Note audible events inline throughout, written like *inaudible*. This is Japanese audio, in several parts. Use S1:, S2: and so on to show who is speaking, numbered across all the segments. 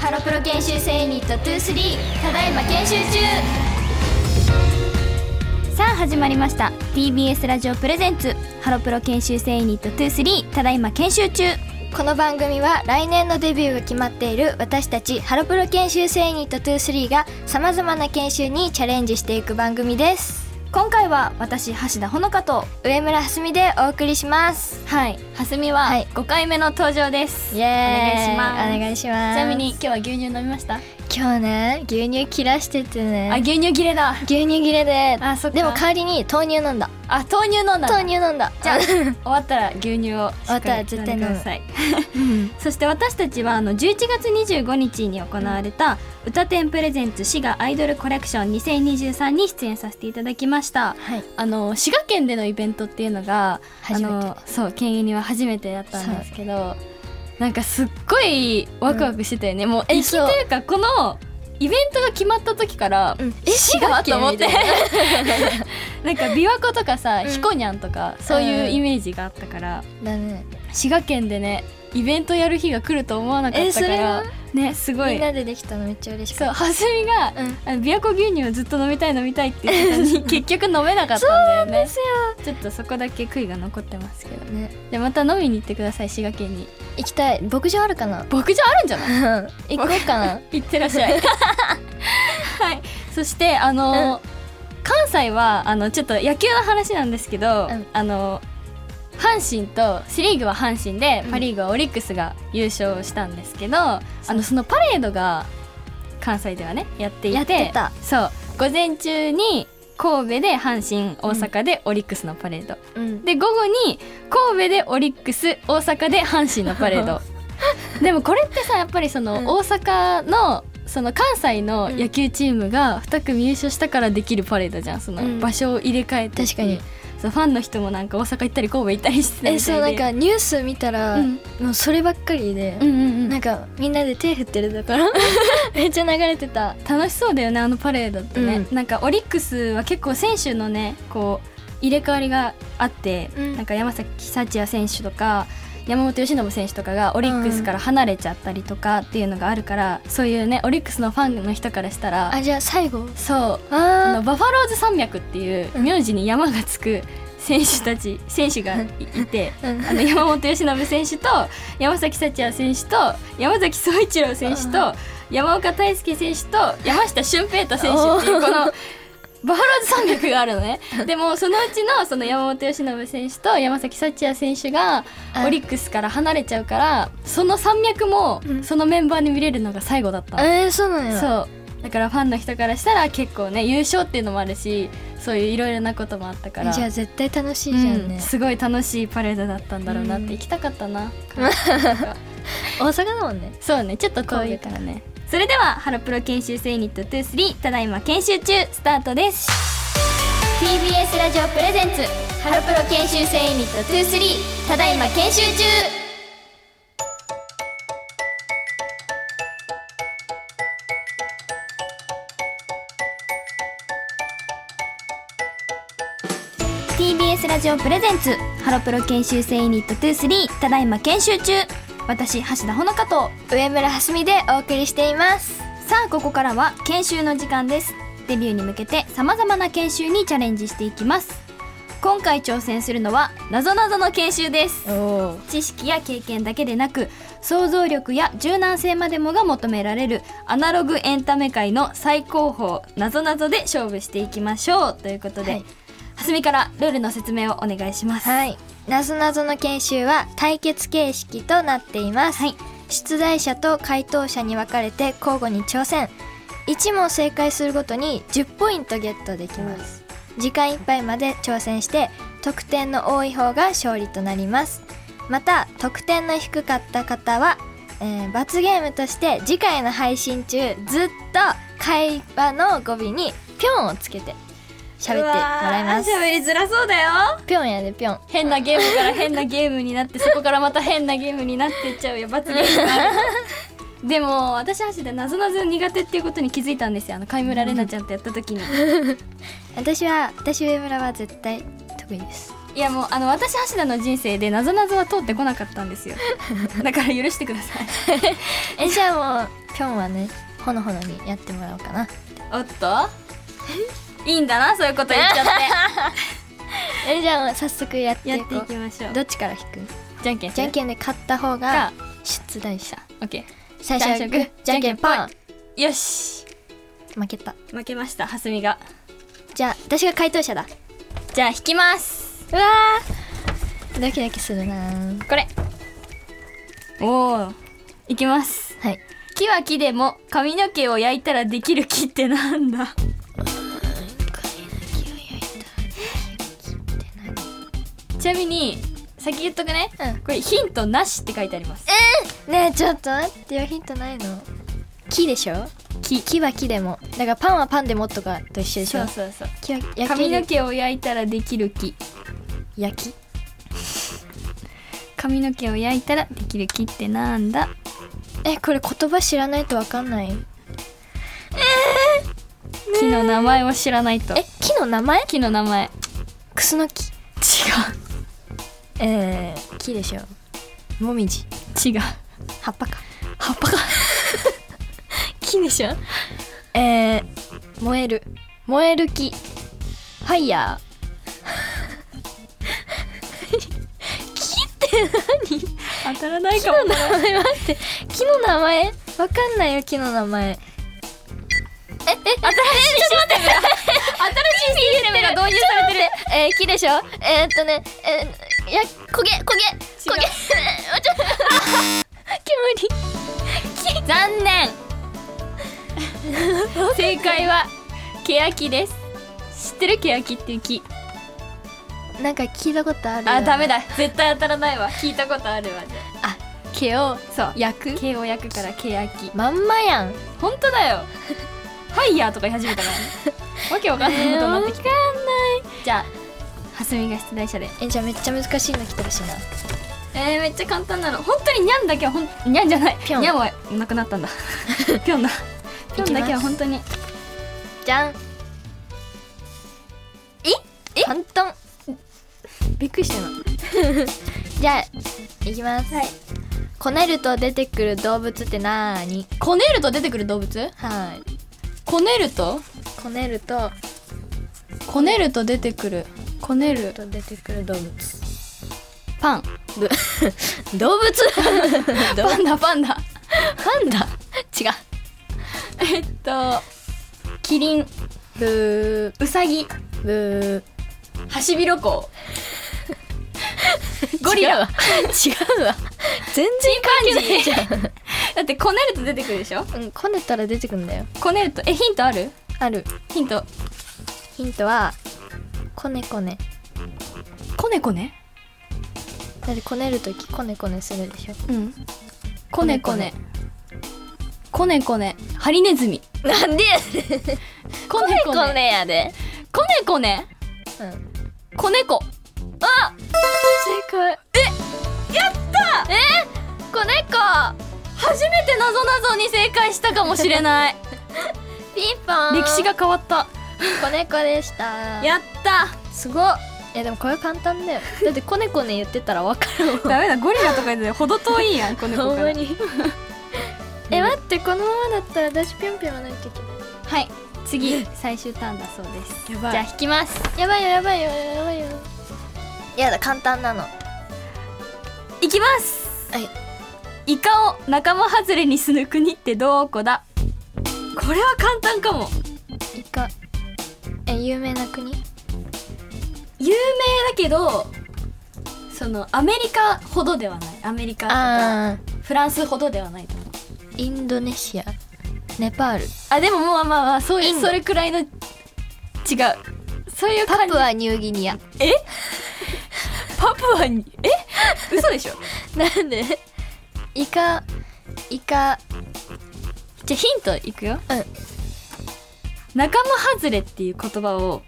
S1: ハロプロ研修生ユニット23ただいま研修中さあ始まりました TBS ラジオプレゼンツハロプロ研修生ユニット23ただいま研修中
S2: この番組は来年のデビューが決まっている私たちハロプロ研修生ユニット23がさまざまな研修にチャレンジしていく番組です
S1: 今回は私橋田ほのかと
S2: 上村はすみでお送りします
S1: はいはすみは5回目の登場です、
S2: イ
S1: お
S2: エーイ
S1: 願いします
S2: お願いします
S1: ちなみに今日は牛乳飲みました
S2: 今日ね牛乳切らしてて
S1: あ
S2: ね
S1: 牛乳切れだ
S2: 牛乳切れで
S1: あそっか
S2: でも代わりに豆乳飲んだ
S1: あ豆乳飲んだんだ
S2: 豆乳飲んだ
S1: じゃあ *laughs* 終わったら牛乳を
S2: 終わったら絶対飲む
S1: しっかり飲んでください
S2: うん
S1: *laughs* そして私たちはあの11月25日に行われた「歌天プレゼンツ滋賀アイドルコレクション2023」に出演させていただきました
S2: はい
S1: あの滋賀県でのイベントっていうのが
S2: 初めて
S1: あのそう県ユニは初めてだったんですけどなんかすっごいワクワクしてたよね、もう
S2: え
S1: 駅と
S2: そう
S1: いうかこのイベントが決まった時から、
S2: うん
S1: *laughs* え滋賀
S2: 滋
S1: と
S2: 賀
S1: 思っ
S2: 県
S1: てなんか琵琶湖とかさ、
S2: うん
S1: ひこにゃんとかそういううんイメージがあったから、*laughs*
S2: だね
S1: 滋賀県でねイベントやる日が来ると思わなかったか
S2: えそれは
S1: らねすご
S2: み
S1: い
S2: んなでできたのめっちゃ嬉し
S1: そう
S2: かっ
S1: はすみが
S2: たうん
S1: あの琵琶湖牛乳をずっと飲みたい飲みたいって言ってたのに結局飲めなかったんだよねちょっとそこだけ悔いが残ってますけど
S2: ね
S1: でまた飲みに行ってください滋賀県に
S2: 行きたい牧場あるかな *laughs*
S1: 牧場あるんじゃない
S2: 行こうかな
S1: 行ってらっしゃい *laughs* はいそしてあの、関西はあのちょっと野球の話なんですけど、
S2: うん
S1: あの阪神とセ・リーグは阪神で
S2: うん
S1: パ・リーグはオリックスが優勝したんですけど、あのそのパレードが関西ではねやっていて
S2: *laughs* やってた
S1: そう午前中に神戸で阪神大阪でオリックスのパレード、
S2: うん
S1: で午後に神戸でオリックス大阪で阪神のパレー
S2: *laughs*
S1: ドでもこれってさやっぱりその、
S2: うん
S1: 大阪のその関西の野球チームが2組優勝したからできるパレードじゃんそ
S2: う
S1: の
S2: ん
S1: 場所を入れ替えてっていう
S2: 確か
S1: そうファンの人もなんか大阪行ったり神戸行ったりしてた
S2: え
S1: みたいで
S2: そうなんかニュース見たら、
S1: うん
S2: もうそればっかりで
S1: う、んうんうん
S2: なんかみんなで手振ってるところめっちゃ流れてた
S1: 楽しそうだよねあのパレードってね、
S2: う
S1: なんかオリックスは結構選手のねこう入れ替わりがあって、
S2: うん
S1: なんか山崎幸也選手とか山本由伸選手とかがオリックスから離れちゃったりとかっていうのがあるから、そういうねオリックスのファンの人からしたら
S2: あじゃあ最後
S1: そうあの
S2: あ
S1: バファローズ山脈っていう
S2: うん
S1: 名字に山がつく選手たち選手がいい
S2: *laughs*
S1: て
S2: あ、うん
S1: あの山本由伸選手と山崎幸也選手と山崎総一郎選手と山岡大輔選手と山下俊平太選手っていうこの。バファローズ山脈があるの
S2: *laughs*
S1: ねでもそのうちのその山本由伸選手と山崎幸也選手が
S2: あ
S1: オリックスから離れちゃうからその山脈も
S2: うん
S1: そのメンバーで見れるのが最後だったの
S2: えー、そうなんや
S1: そうだからファンの人からしたら結構ね優勝っていうのもあるしそういういろいろなこともあったから
S2: えじゃあ絶対楽しいじゃん
S1: う
S2: ね
S1: ん、すごい楽しいパレードだったんだろうなって、
S2: うん
S1: 行きたかった
S2: *laughs*
S1: な
S2: 大阪だもんね
S1: そうねちょっと遠いからねそれではハロプロ研修生ユニット23ただいま研修中スタートです
S2: TBS ラジオプレゼンツハロプロ研修生ユニット23ただいま研修中
S1: TBS ラジオプレゼンツハロプロ研修生ユニット23ただいま研修中私橋田ほのかと
S2: 上村はすみでお送りしています
S1: さあここからは研修の時間ですデビューに向けてさまざまな研修にチャレンジしていきます今回挑戦するのはなぞなぞの研修です
S2: お
S1: 知識や経験だけでなく想像力や柔軟性までもが求められるアナログエンタメ界の最高峰なぞなぞで勝負していきましょうということで、
S2: はい
S1: はすみからルールの説明をお願いします
S2: はいなぞなぞの研修は対決形式となっています、
S1: はい
S2: 出題者と回答者に分かれて交互に挑戦1問正解するごとに10ポイントゲットできます時間いっぱいまで挑戦して得点の多い方が勝利となりますまた得点の低かった方は、えー罰ゲームとして次回の配信中ずっと会話の語尾にピョンをつけて喋ってもらいます
S1: うわー喋りづらそうだよ
S2: ピョンやでピョン
S1: 変なゲームから変なゲームになってそこからまた変なゲームになっていっちゃうよ罰ゲームがあるでも私足でなぞなぞ苦手っていうことに気づいたんですよあの貝村玲奈ちゃんとやった時に
S2: 私は私上村は絶対得意です
S1: いやもうあの私橋田の人生でなぞなぞは通ってこなかったんですよだから許してください
S2: えじゃあもうピョンはねほのほのにやってもらおうかな
S1: おっといいんだなそういうこと言っちゃっ
S2: えじゃあ早速やってて
S1: や
S2: い
S1: って
S2: こ
S1: いうきましょう
S2: どっちから引く
S1: じゃんけん
S2: じゃん
S1: ん
S2: けんで勝った方が
S1: が
S2: 出題者
S1: オッケ
S2: 最初はグーじゃんけんポン
S1: ーよし
S2: 負けた
S1: 負けましたはすみが
S2: じゃあ私が回答者だ
S1: じゃあ引きます
S2: うわードキドキするなー
S1: これおおいきます
S2: はい
S1: 木は木でも髪の毛を焼いたらできる木ってなんだちなみに先言っとくね
S2: うん
S1: これヒントなしって書いてあります
S2: ねえちょっと待ってよヒントないの木でしょ
S1: 木
S2: 木は木でもだからパンはパンでもとかと一緒でし
S1: そ
S2: ょ
S1: うそうそう
S2: 木は焼き
S1: 髪の毛を焼いたらできる木
S2: 焼き
S1: 髪の毛を焼いたらできる木ってなんだ
S2: えこれ言葉知らないとわかんない
S1: 木の名前を知らないと
S2: え木の名前
S1: 木の名前違う
S2: クスノキえー、木でしょもみじ
S1: 違う
S2: 葉っぱか *laughs*
S1: 葉っぱが木でしょ
S2: えー、燃える燃える木ファイヤ
S1: 当たらない
S2: ー
S1: かも
S2: 名前待って木の名前わかんないよ木の名前ええ新しいシステムだ新しいシステムが導入されてるえー、木でしょえー、っとねえー、や焦げ焦げ焦げちょっ
S1: *laughs*
S2: と煙
S1: 残念正解はケヤキです知ってるケヤキっていう木
S2: なんか聞いたことあるよ
S1: あダメだ絶対当たらないわ聞いたことあるわじゃ
S2: あ毛を
S1: あそう
S2: 焼く
S1: 毛を焼くからケヤキ
S2: まんまやん
S1: 本当だよファイヤーとか言い始めたからねわけわかんないことになってきた、じゃあはすみが出題者で
S2: えじゃあめっちゃ難しいの来てほしいな
S1: えー、めっちゃ簡単なの本当ににゃんだけはほんにゃんじゃない
S2: ぴょん
S1: にゃんはなくなったん *laughs* だぴょんだぴょんだけは本当に
S2: じゃんええ簡単
S1: びっくりしたの
S2: じゃあいきます
S1: はい
S2: こねると出てくる動物ってなーに
S1: こねると出てくる動物
S2: はい
S1: こねると
S2: こねると
S1: こねると出てくるこねる
S2: と出てくる動物
S1: パン
S2: 動物
S1: パンダパンダ
S2: パンダ違う
S1: えっとキリン
S2: ブ
S1: ウサギ
S2: ーブ
S1: ハシビロコウ
S2: ー
S1: ゴリラ *laughs*
S2: *laughs* 違うわ違うわ全然関係ないじ
S1: *laughs* だってこねると出てくるでしょ
S2: ゃん、うん、こねたら出てくるんだよ
S1: こねるとえヒントある
S2: ある
S1: ヒント
S2: ヒントはこねこね
S1: こねこね
S2: だってこねるときこねこねするでしょ
S1: うんこねこねこねこねハリネズミ
S2: なんでや
S1: こねこね
S2: やで
S1: こねこね
S2: うん
S1: こねこ
S2: 正解
S1: こねこ初めてなぞなぞに正解したかもしれない
S2: ピンポン
S1: *laughs* 歴史が変わった
S2: 子猫でした
S1: やった
S2: すごっいやでもこれ簡単だよだって子猫ね言ってたらわかるもん
S1: ダメだゴリラとかでほど遠いやんこ
S2: *laughs* ほんまにえ待ってこのままだったら私ぴょんぴょんはないといけな
S1: はい次最終ターンだそうです
S2: やばい
S1: じゃあ引きます
S2: いやばいよやばいよやばいよやだ簡単なの
S1: いきます
S2: はい
S1: イカを仲間外れにする国ってどこだこれは簡単かも
S2: イカえ有名な国
S1: 有名だけどそのアメリカほどではないアメリカとか
S2: あ
S1: フランスほどではないと思う
S2: ーインドネシアネパール
S1: あでももうまあまあそうい
S2: イン
S1: う
S2: ド
S1: それくらいの違うそういう
S2: パ
S1: 感じ
S2: プアニューギニア
S1: パプアにえ嘘でしょ
S2: なんでイカイカ
S1: じゃあヒントいくよ
S2: うん
S1: 仲間外れっていう言葉を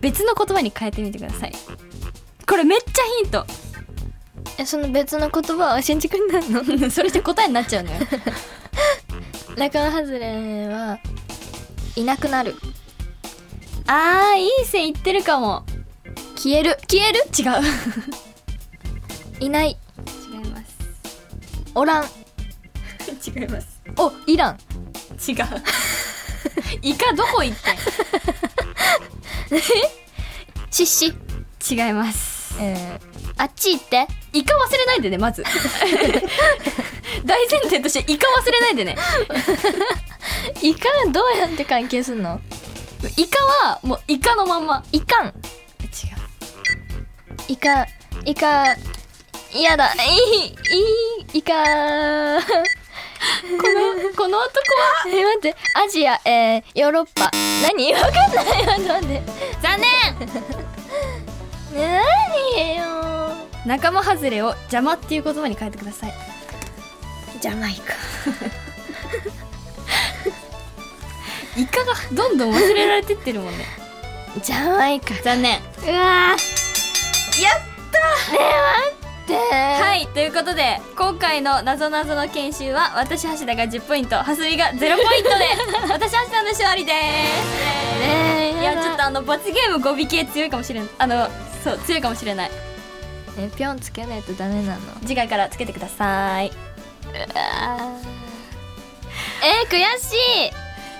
S1: 別の言葉に変えてみてくださいこれめっちゃヒント
S2: えその別の言葉は信じくんなん
S1: *laughs*
S2: の
S1: それじゃ答えになっちゃう *laughs* のよ
S2: 仲間外れはいなくなる
S1: あーいい線いってるかも
S2: 消える
S1: 消える違う
S2: *laughs* いない
S1: 違います
S2: おらん
S1: 違う違います
S2: おイラン
S1: 違う *laughs* イカどこ行っ
S2: シッシ、
S1: てん違います
S2: えー、あっち行って
S1: イカ忘れないでね *laughs* まず大前提としてイカ忘れないでね
S2: イカンどうやって関係すんの
S1: イカはもうイカのまんま
S2: イカン
S1: 違
S2: イカイカやだいいいいイカ
S1: うこのこの男は
S2: *laughs* え待ってアジアえー、ヨーロッパ何 *laughs* わかんない待って待って
S1: 残念
S2: ね *laughs* 何よ
S1: 仲間外れを邪魔っていう言葉に変えてください
S2: ジャマイカ
S1: イカがどんどん忘れられてってるもんね
S2: ジャマイカ
S1: 残念
S2: うわ
S1: や
S2: ーでー
S1: はいということで今回のなぞなぞの研修は私橋田が10ポイント蓮見が0ポイント *laughs* で私橋田の勝利です
S2: ねえ
S1: いやちょっとあの罰ゲーム語尾系強いかもしれないあのそう強いかもしれない
S2: とえピョンつけないとダメなの
S1: 次回からつけてください
S2: えー、悔し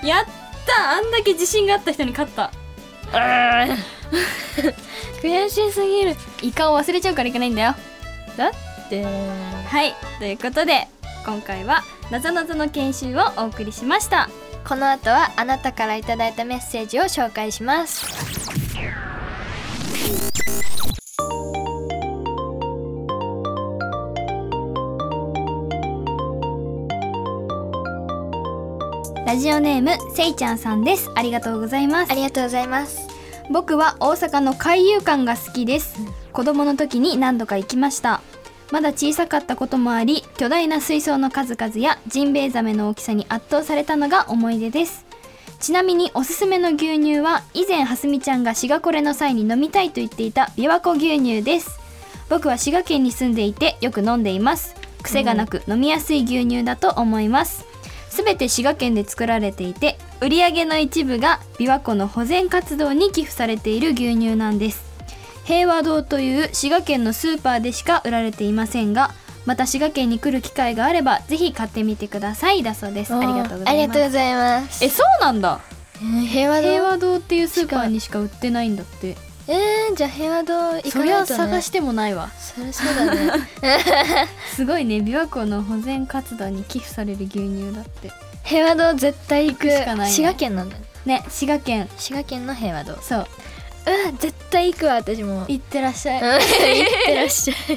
S2: い
S1: やったあんだけ自信があった人に勝った
S2: 悔しすぎる
S1: イカを忘れちゃうからいけないんだよ
S2: だって
S1: はいということで今回はなぞなぞの研修をお送りしました
S2: この後はあなたからいただいたメッセージを紹介します
S1: ラジオネームせいちゃんさんですありがとうございます
S2: ありがとうございます
S1: 僕は大阪の海遊館が好きです子供の時に何度か行きましたまだ小さかったこともあり巨大な水槽の数々やジンベエザメの大きさに圧倒されたのが思い出ですちなみにおすすめの牛乳は以前はすみちゃんが滋賀これの際に飲みたいと言っていた琵琶湖牛乳です僕は滋賀県に住んでいてよく飲んでいます癖がなく飲みやすい牛乳だと思いますすべて滋賀県で作られていて売り上げの一部が琵琶湖の保全活動に寄付されている牛乳なんです平和堂という滋賀県のスーパーでしか売られていませんがまた滋賀県に来る機会があればぜひ買ってみてくださいだそうですありがとうござ
S2: あ
S1: い
S2: り
S1: ます
S2: がとうございます
S1: えそうなんだ
S2: えー平和堂
S1: 平和堂っていうスーパーにしか売ってないんだって
S2: えー、じゃあ平和堂行かないとね
S1: それは探してもないわ
S2: そりゃそうだね
S1: すごいね琵琶湖の保全活動に寄付される牛乳だって
S2: *laughs* 平和堂絶対行く
S1: 行くしかないね
S2: 滋賀県なんだね
S1: ね滋賀県
S2: 滋賀県の平和堂うわ
S1: そう
S2: 絶対行くわ私も行っ
S1: 行ってらっしゃい海
S2: てらっし
S1: *laughs*
S2: ゃい
S1: 遊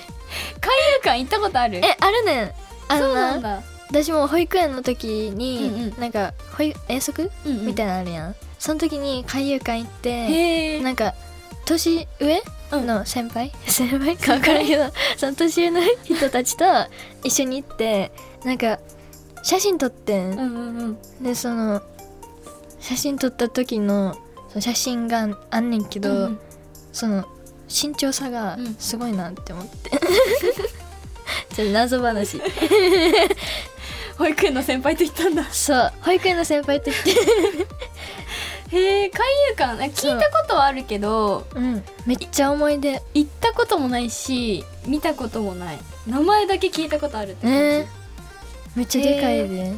S1: 館行ったことある
S2: えあるねんあ
S1: そ
S2: の
S1: う
S2: な
S1: なんだ
S2: 私も保育園の時に、
S1: うんうん
S2: なんか保育遠足、
S1: うんうん
S2: みたいなのあるやんその時に海遊館行って
S1: へえ
S2: なんか年上
S1: うん
S2: の先輩、 *laughs* 先輩か分からんけ
S1: *laughs*
S2: どその年上の人たちと一緒に行ってなんか写真撮ってん
S1: う、んうんうん
S2: でその写真撮った時のその写真があんねんけど、
S1: うん
S2: その慎重さが
S1: うん
S2: すごいなって思 *laughs* って、ちょっと謎話
S1: 保育園の先輩と行ったんだ
S2: そう保育園の先輩と行って
S1: へえ海遊館え聞いたことはあるけど
S2: うん、めっちゃ思い出
S1: 行ったこともないし見たこともない名前だけ聞いたことあるって感じ、
S2: ねめっちゃでかいで、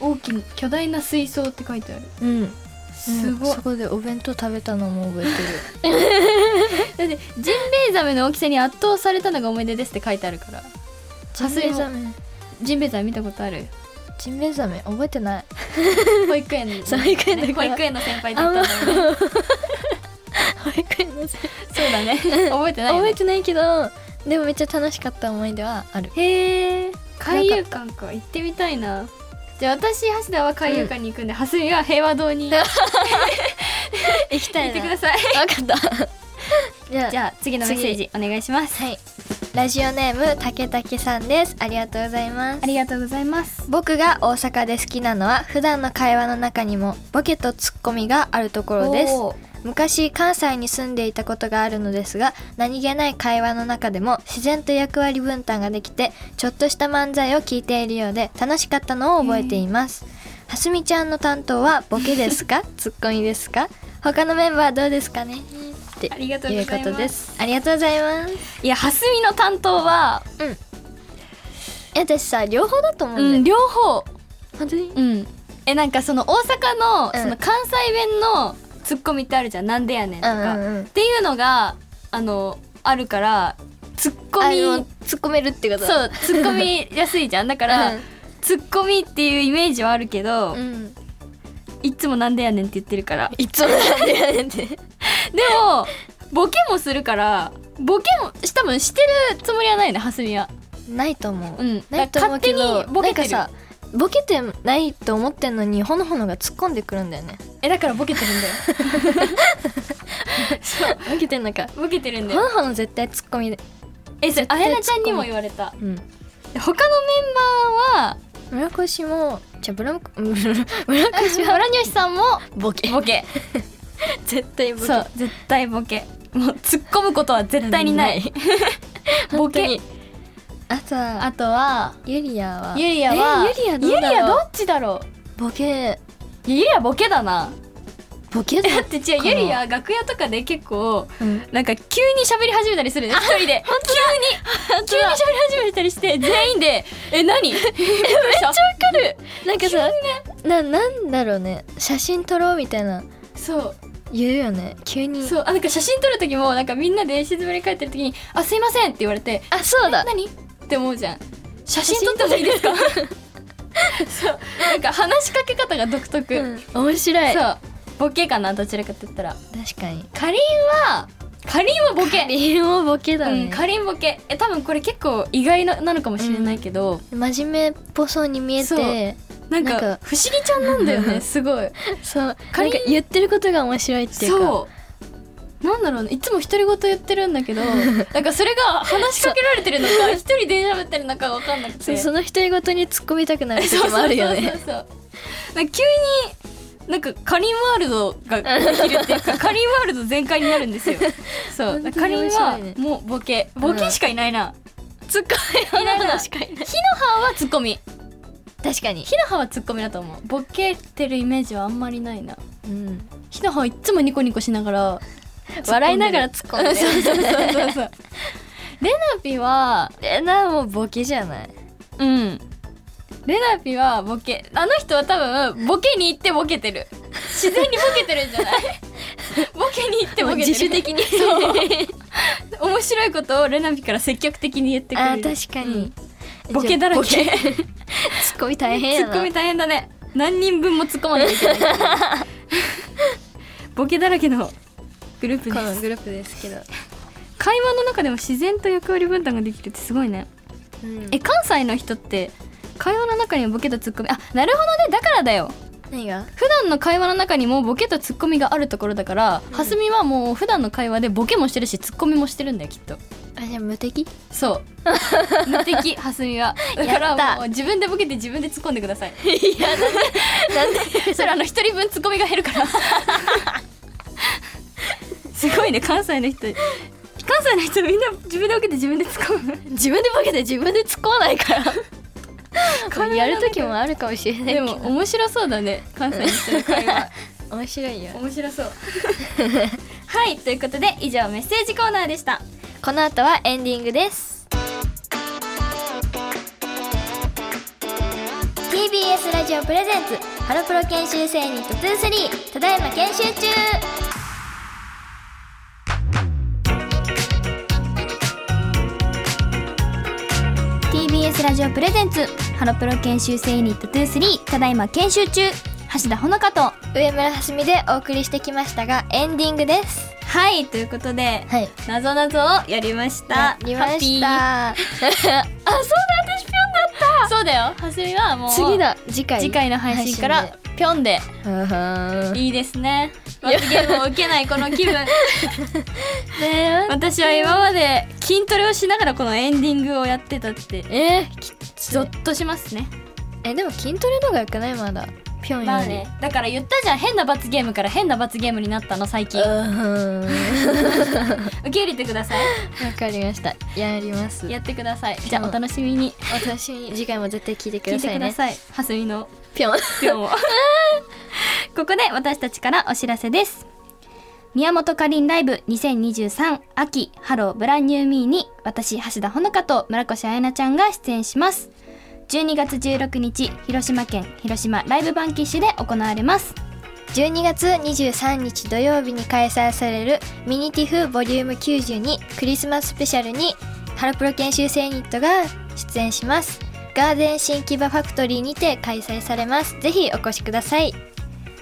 S1: 大きな巨大な水槽って書いてある
S2: うん
S1: すごい、
S2: うんそこでお弁当食べたのも覚え *laughs* てる
S1: だってジンベエザメの大きさに圧倒されたのが思い出ですって書いてあるから
S2: ジンベエザメ
S1: ジンベエザメ見たことあ
S2: *laughs*
S1: る
S2: ジンベエザメ覚えてない
S1: 保育園の
S2: そう保育園だ
S1: 保
S2: から
S1: 育園の先輩と行ったんだよ
S2: *laughs*
S1: ね
S2: 保育園の先
S1: そうだね覚えてないよ
S2: 覚え
S1: ね
S2: てないけどでもめっちゃ楽しかった思い出はある
S1: へえ海遊館か行ってみたいなじゃあ私橋田は海遊館に行くんで、蓮見は平和堂に行っ
S2: *laughs* 行きた
S1: て
S2: い
S1: く
S2: な
S1: ださい
S2: 分かったじゃあ
S1: *laughs* じゃあ次のメッセージお願いします
S2: はいラジオネームたけたけさんですありがとうございます
S1: ありがとうございます
S2: 僕が大阪で好きなのは普段の会話の中にもボケとツッコミがあるところです
S1: おー
S2: 昔関西に住んでいたことがあるのですが何気ない会話の中でも自然と役割分担ができてちょっとした漫才を聞いているようで楽しかったのを覚えていますはすみちゃんの担当はボケです
S1: *laughs*
S2: かツッコミですか他のメンバーはどうですかねって
S1: ありがとう
S2: い
S1: ご
S2: う
S1: ざ
S2: こ
S1: い
S2: と
S1: ま
S2: ですすありがとうございます
S1: いや蓮見の担当は
S2: え私さ両方だと思う
S1: うん
S2: んだよ、
S1: 両方
S2: 本当に
S1: うんえなんかその大阪の
S2: うん
S1: その関西弁のツッコミってあるじゃんなんでやねんと
S2: う
S1: か、
S2: んうんうん
S1: っていうのがあのあるからツッコ
S2: あでも
S1: ミ
S2: 突っ込めるってこと
S1: そうツッコミやすいじゃんだから、
S2: うん
S1: ツッコミっていうイメージはあるけど、
S2: うん
S1: いつもなんでやねんって言ってるから
S2: いつもなんでやねんっ
S1: *laughs*
S2: て
S1: でもボケもするからボケもし多分してるつもりはないねハスミは
S2: ないと思う、
S1: うん
S2: ないと思うけど
S1: 勝手にボケてる
S2: なんかさボケてないと思ってんのにほのほのが突っ込んでくるんだよね
S1: えだからボケてるんだよ
S2: ボケてんのか
S1: *laughs* ボケてるん
S2: *laughs* ほ
S1: だよ
S2: のほの絶対突っ込みで
S1: えそれ
S2: 絶
S1: あ
S2: 対
S1: やなちゃんにも言われた
S2: うん
S1: 他のメン
S2: *laughs*
S1: バーは
S2: 村越もじゃあブラム村越は
S1: 村西さんも
S2: *laughs* ボケ
S1: ボ
S2: *laughs*
S1: ケ
S2: 絶対ボケ
S1: そう絶対ボケもう突っ込むことは絶対にない *laughs* ボ
S2: 本当
S1: ケ
S2: にあとは
S1: あとは
S2: ユリアは
S1: ユリアは
S2: えユリアどうだろう
S1: ユリアどっちだろ
S2: ボケ
S1: ういやユリアボケだな
S2: ボケだ
S1: だって違うユリア楽屋とかで結構
S2: うん
S1: なんか急に喋り始めたりするね一人で急に急に喋り始めたりして全員で「え何 *laughs* めっちゃわかる
S2: なんかさ、ななんだろうね写真撮ろうみたいな
S1: そう
S2: 言うよね急に
S1: そうあなんか写真撮る時もなんかみんなで静まり返ってる時に「あすいません」って言われて
S2: あそうだ
S1: 何って思うじゃん写真撮ってもいいですかそうなんか話しかけ方が独特、
S2: うん面白い
S1: そうボケかなどちらかって言ったら
S2: 確かに
S1: かりんはかりんはボケ
S2: 理由もボケだ
S1: うん、
S2: ね、
S1: かりんボケえ多分これ結構意外ななのかもしれないけど、
S2: 真面目っぽそうに見えて
S1: なんか
S2: なんか
S1: 不思議ちゃんなんだよ
S2: *laughs*
S1: ねすごい
S2: そうなんか
S1: 仮に
S2: 言ってることが面白いっていうか
S1: そうなんだろうねいつも独り言言ってるんだ
S2: *laughs*
S1: けどなんかそれが話しかけられてるのか一人で喋ってるのか分かんなくて
S2: そうその独り言に突っ込みたくなる時もあるよね
S1: *laughs* そう *laughs* そうそ
S2: *laughs*
S1: うそうなんか急になんかカリンワールドができるって
S2: *laughs*
S1: いうかカリンワールド全開になるんですよそう
S2: 本当に
S1: カリン
S2: 面白いね
S1: はもうボケボケしかいないな、
S2: 突っ込み
S1: いないな
S2: しか *laughs* いない
S1: 火の葉はツッコミ
S2: 確かに
S1: 火の葉はツッコミだと思うボケてるイメージはあんまりないな
S2: うん
S1: 火の葉はいっつもニコニコしなが *laughs* ら
S2: 笑いながら突っ込んでる
S1: そうそうそうそうそうレナピは
S2: えなもうボケじゃない
S1: うんレナピはボケあの人は多分ボケに行ってボケてる自然にボケてるんじゃない *laughs* ボケに行ってボケてる
S2: 自主的に
S1: そう面白いことをレナピから積極的に言ってく
S2: あ
S1: れ
S2: ー
S1: る
S2: 確かに、
S1: うんボケだらけ
S2: じゃあボケツッコミ大変や
S1: ツ
S2: な
S1: ッコミ大変だね何人分も突っ込まないといけ
S2: *laughs*
S1: ないボケだらけのグループ
S2: こ
S1: で
S2: の
S1: す
S2: グループですけど、
S1: 会話の中でも自然と役割分担ができるってすごいねえ
S2: え
S1: 関西の人って会話の中にもボケとツッコミあなるほどねだからだよ
S2: 何が
S1: 普段の会話の中にもボケとツッコミがあるところだから、
S2: うん
S1: はすみはもう普段の会話でボケもしてるしツッコミもしてるんだよきっと
S2: あじゃあ無敵
S1: そう
S2: *laughs*
S1: 無敵はすみはだか
S2: やった
S1: らもう自分でボケて自分で突っ込んでください
S2: いやなんで *laughs*
S1: それあの一人分ツッコミが減るから *laughs* すごいね関西の人関西の人みんな自分でボケて自分で突っ込む
S2: 自分でボケて自分で突っ込まないから
S1: *laughs*
S2: やる時もあるかもしれないけ
S1: で
S2: ど
S1: も面白そうだね関西の人の会話
S2: 面白いよ
S1: 面白そうはいということで以上メッセージコーナーでした
S2: この後はエンディングです TBS ラジオプレゼンツハロプロ研修生にトゥ3ただいま研修中
S1: ラジオプレゼンツハロプロ研修生ユニット23ただいま研修中橋田ほのかと
S2: 上村はすみでお送りしてきましたがエンディングです
S1: はいということで
S2: はい
S1: なぞなぞをやりました
S2: やりました
S1: あそうだ私ぴょんだったそうだよはすみはもう
S2: 次だ次回
S1: 次回の配信からぴょんで
S2: うん
S1: いいですね罰ゲームを受けないこの気分私は今まで筋トレをしながらこのエンディングをやってたって
S2: えー、きつい
S1: ゾッとしますね
S2: えでも筋トレの方が良くないまだピョンより、
S1: まあねだから言ったじゃん変な罰ゲームから変な罰ゲームになったの最近
S2: うん
S1: 受け入れてくださ
S2: *laughs*
S1: い
S2: わかりましたやります
S1: やってくださいじゃあお楽しみに
S2: 私に次回も絶対聞いてく
S1: 聞
S2: だ
S1: いて
S2: さい
S1: くだ
S2: ね
S1: さいはすみの
S2: ピョン
S1: ピョンをこ *laughs* こで私たちからお知らせです宮本かりんライブ2023秋ハローブランニューミーに私橋田ほのかと村越彩菜ちゃんが出演します12月16日広島県広島ライブバンキッシュで行われます
S2: 12月23日土曜日に開催されるミニティフボリューム92クリスマススペシャルにハロプロ研修生ユニットが出演しますガーデン新木場ファクトリーにて開催されますぜひお越しください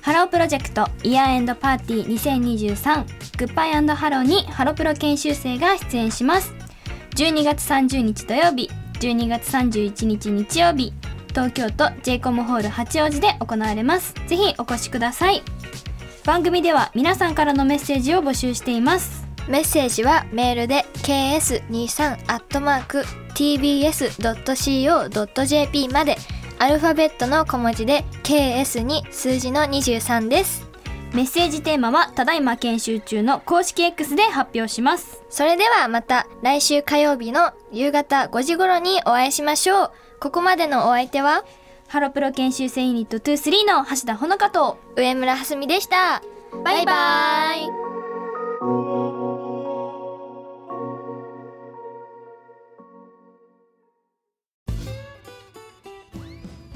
S1: ハロープロジェクトイヤーエンドパーティー2023グッバイハローにハロプロ研修生が出演します12月30日土曜日12月31日日曜日東京都 j コムホール八王子で行われますぜひお越しください番組では皆さんからのメッセージを募集しています
S2: メッセージはメールで ks23-tbs.co.jp までアルファベットの小文字で ks に数字の23です
S1: メッセージテーマはただいま研修中の公式 X で発表します
S2: それではまた来週火曜日の夕方5時頃にお会いしましょうここまでのお相手は
S1: ハロプロ研修生ユニット23の橋田ほのかと
S2: 上村はすみでしたバイバイ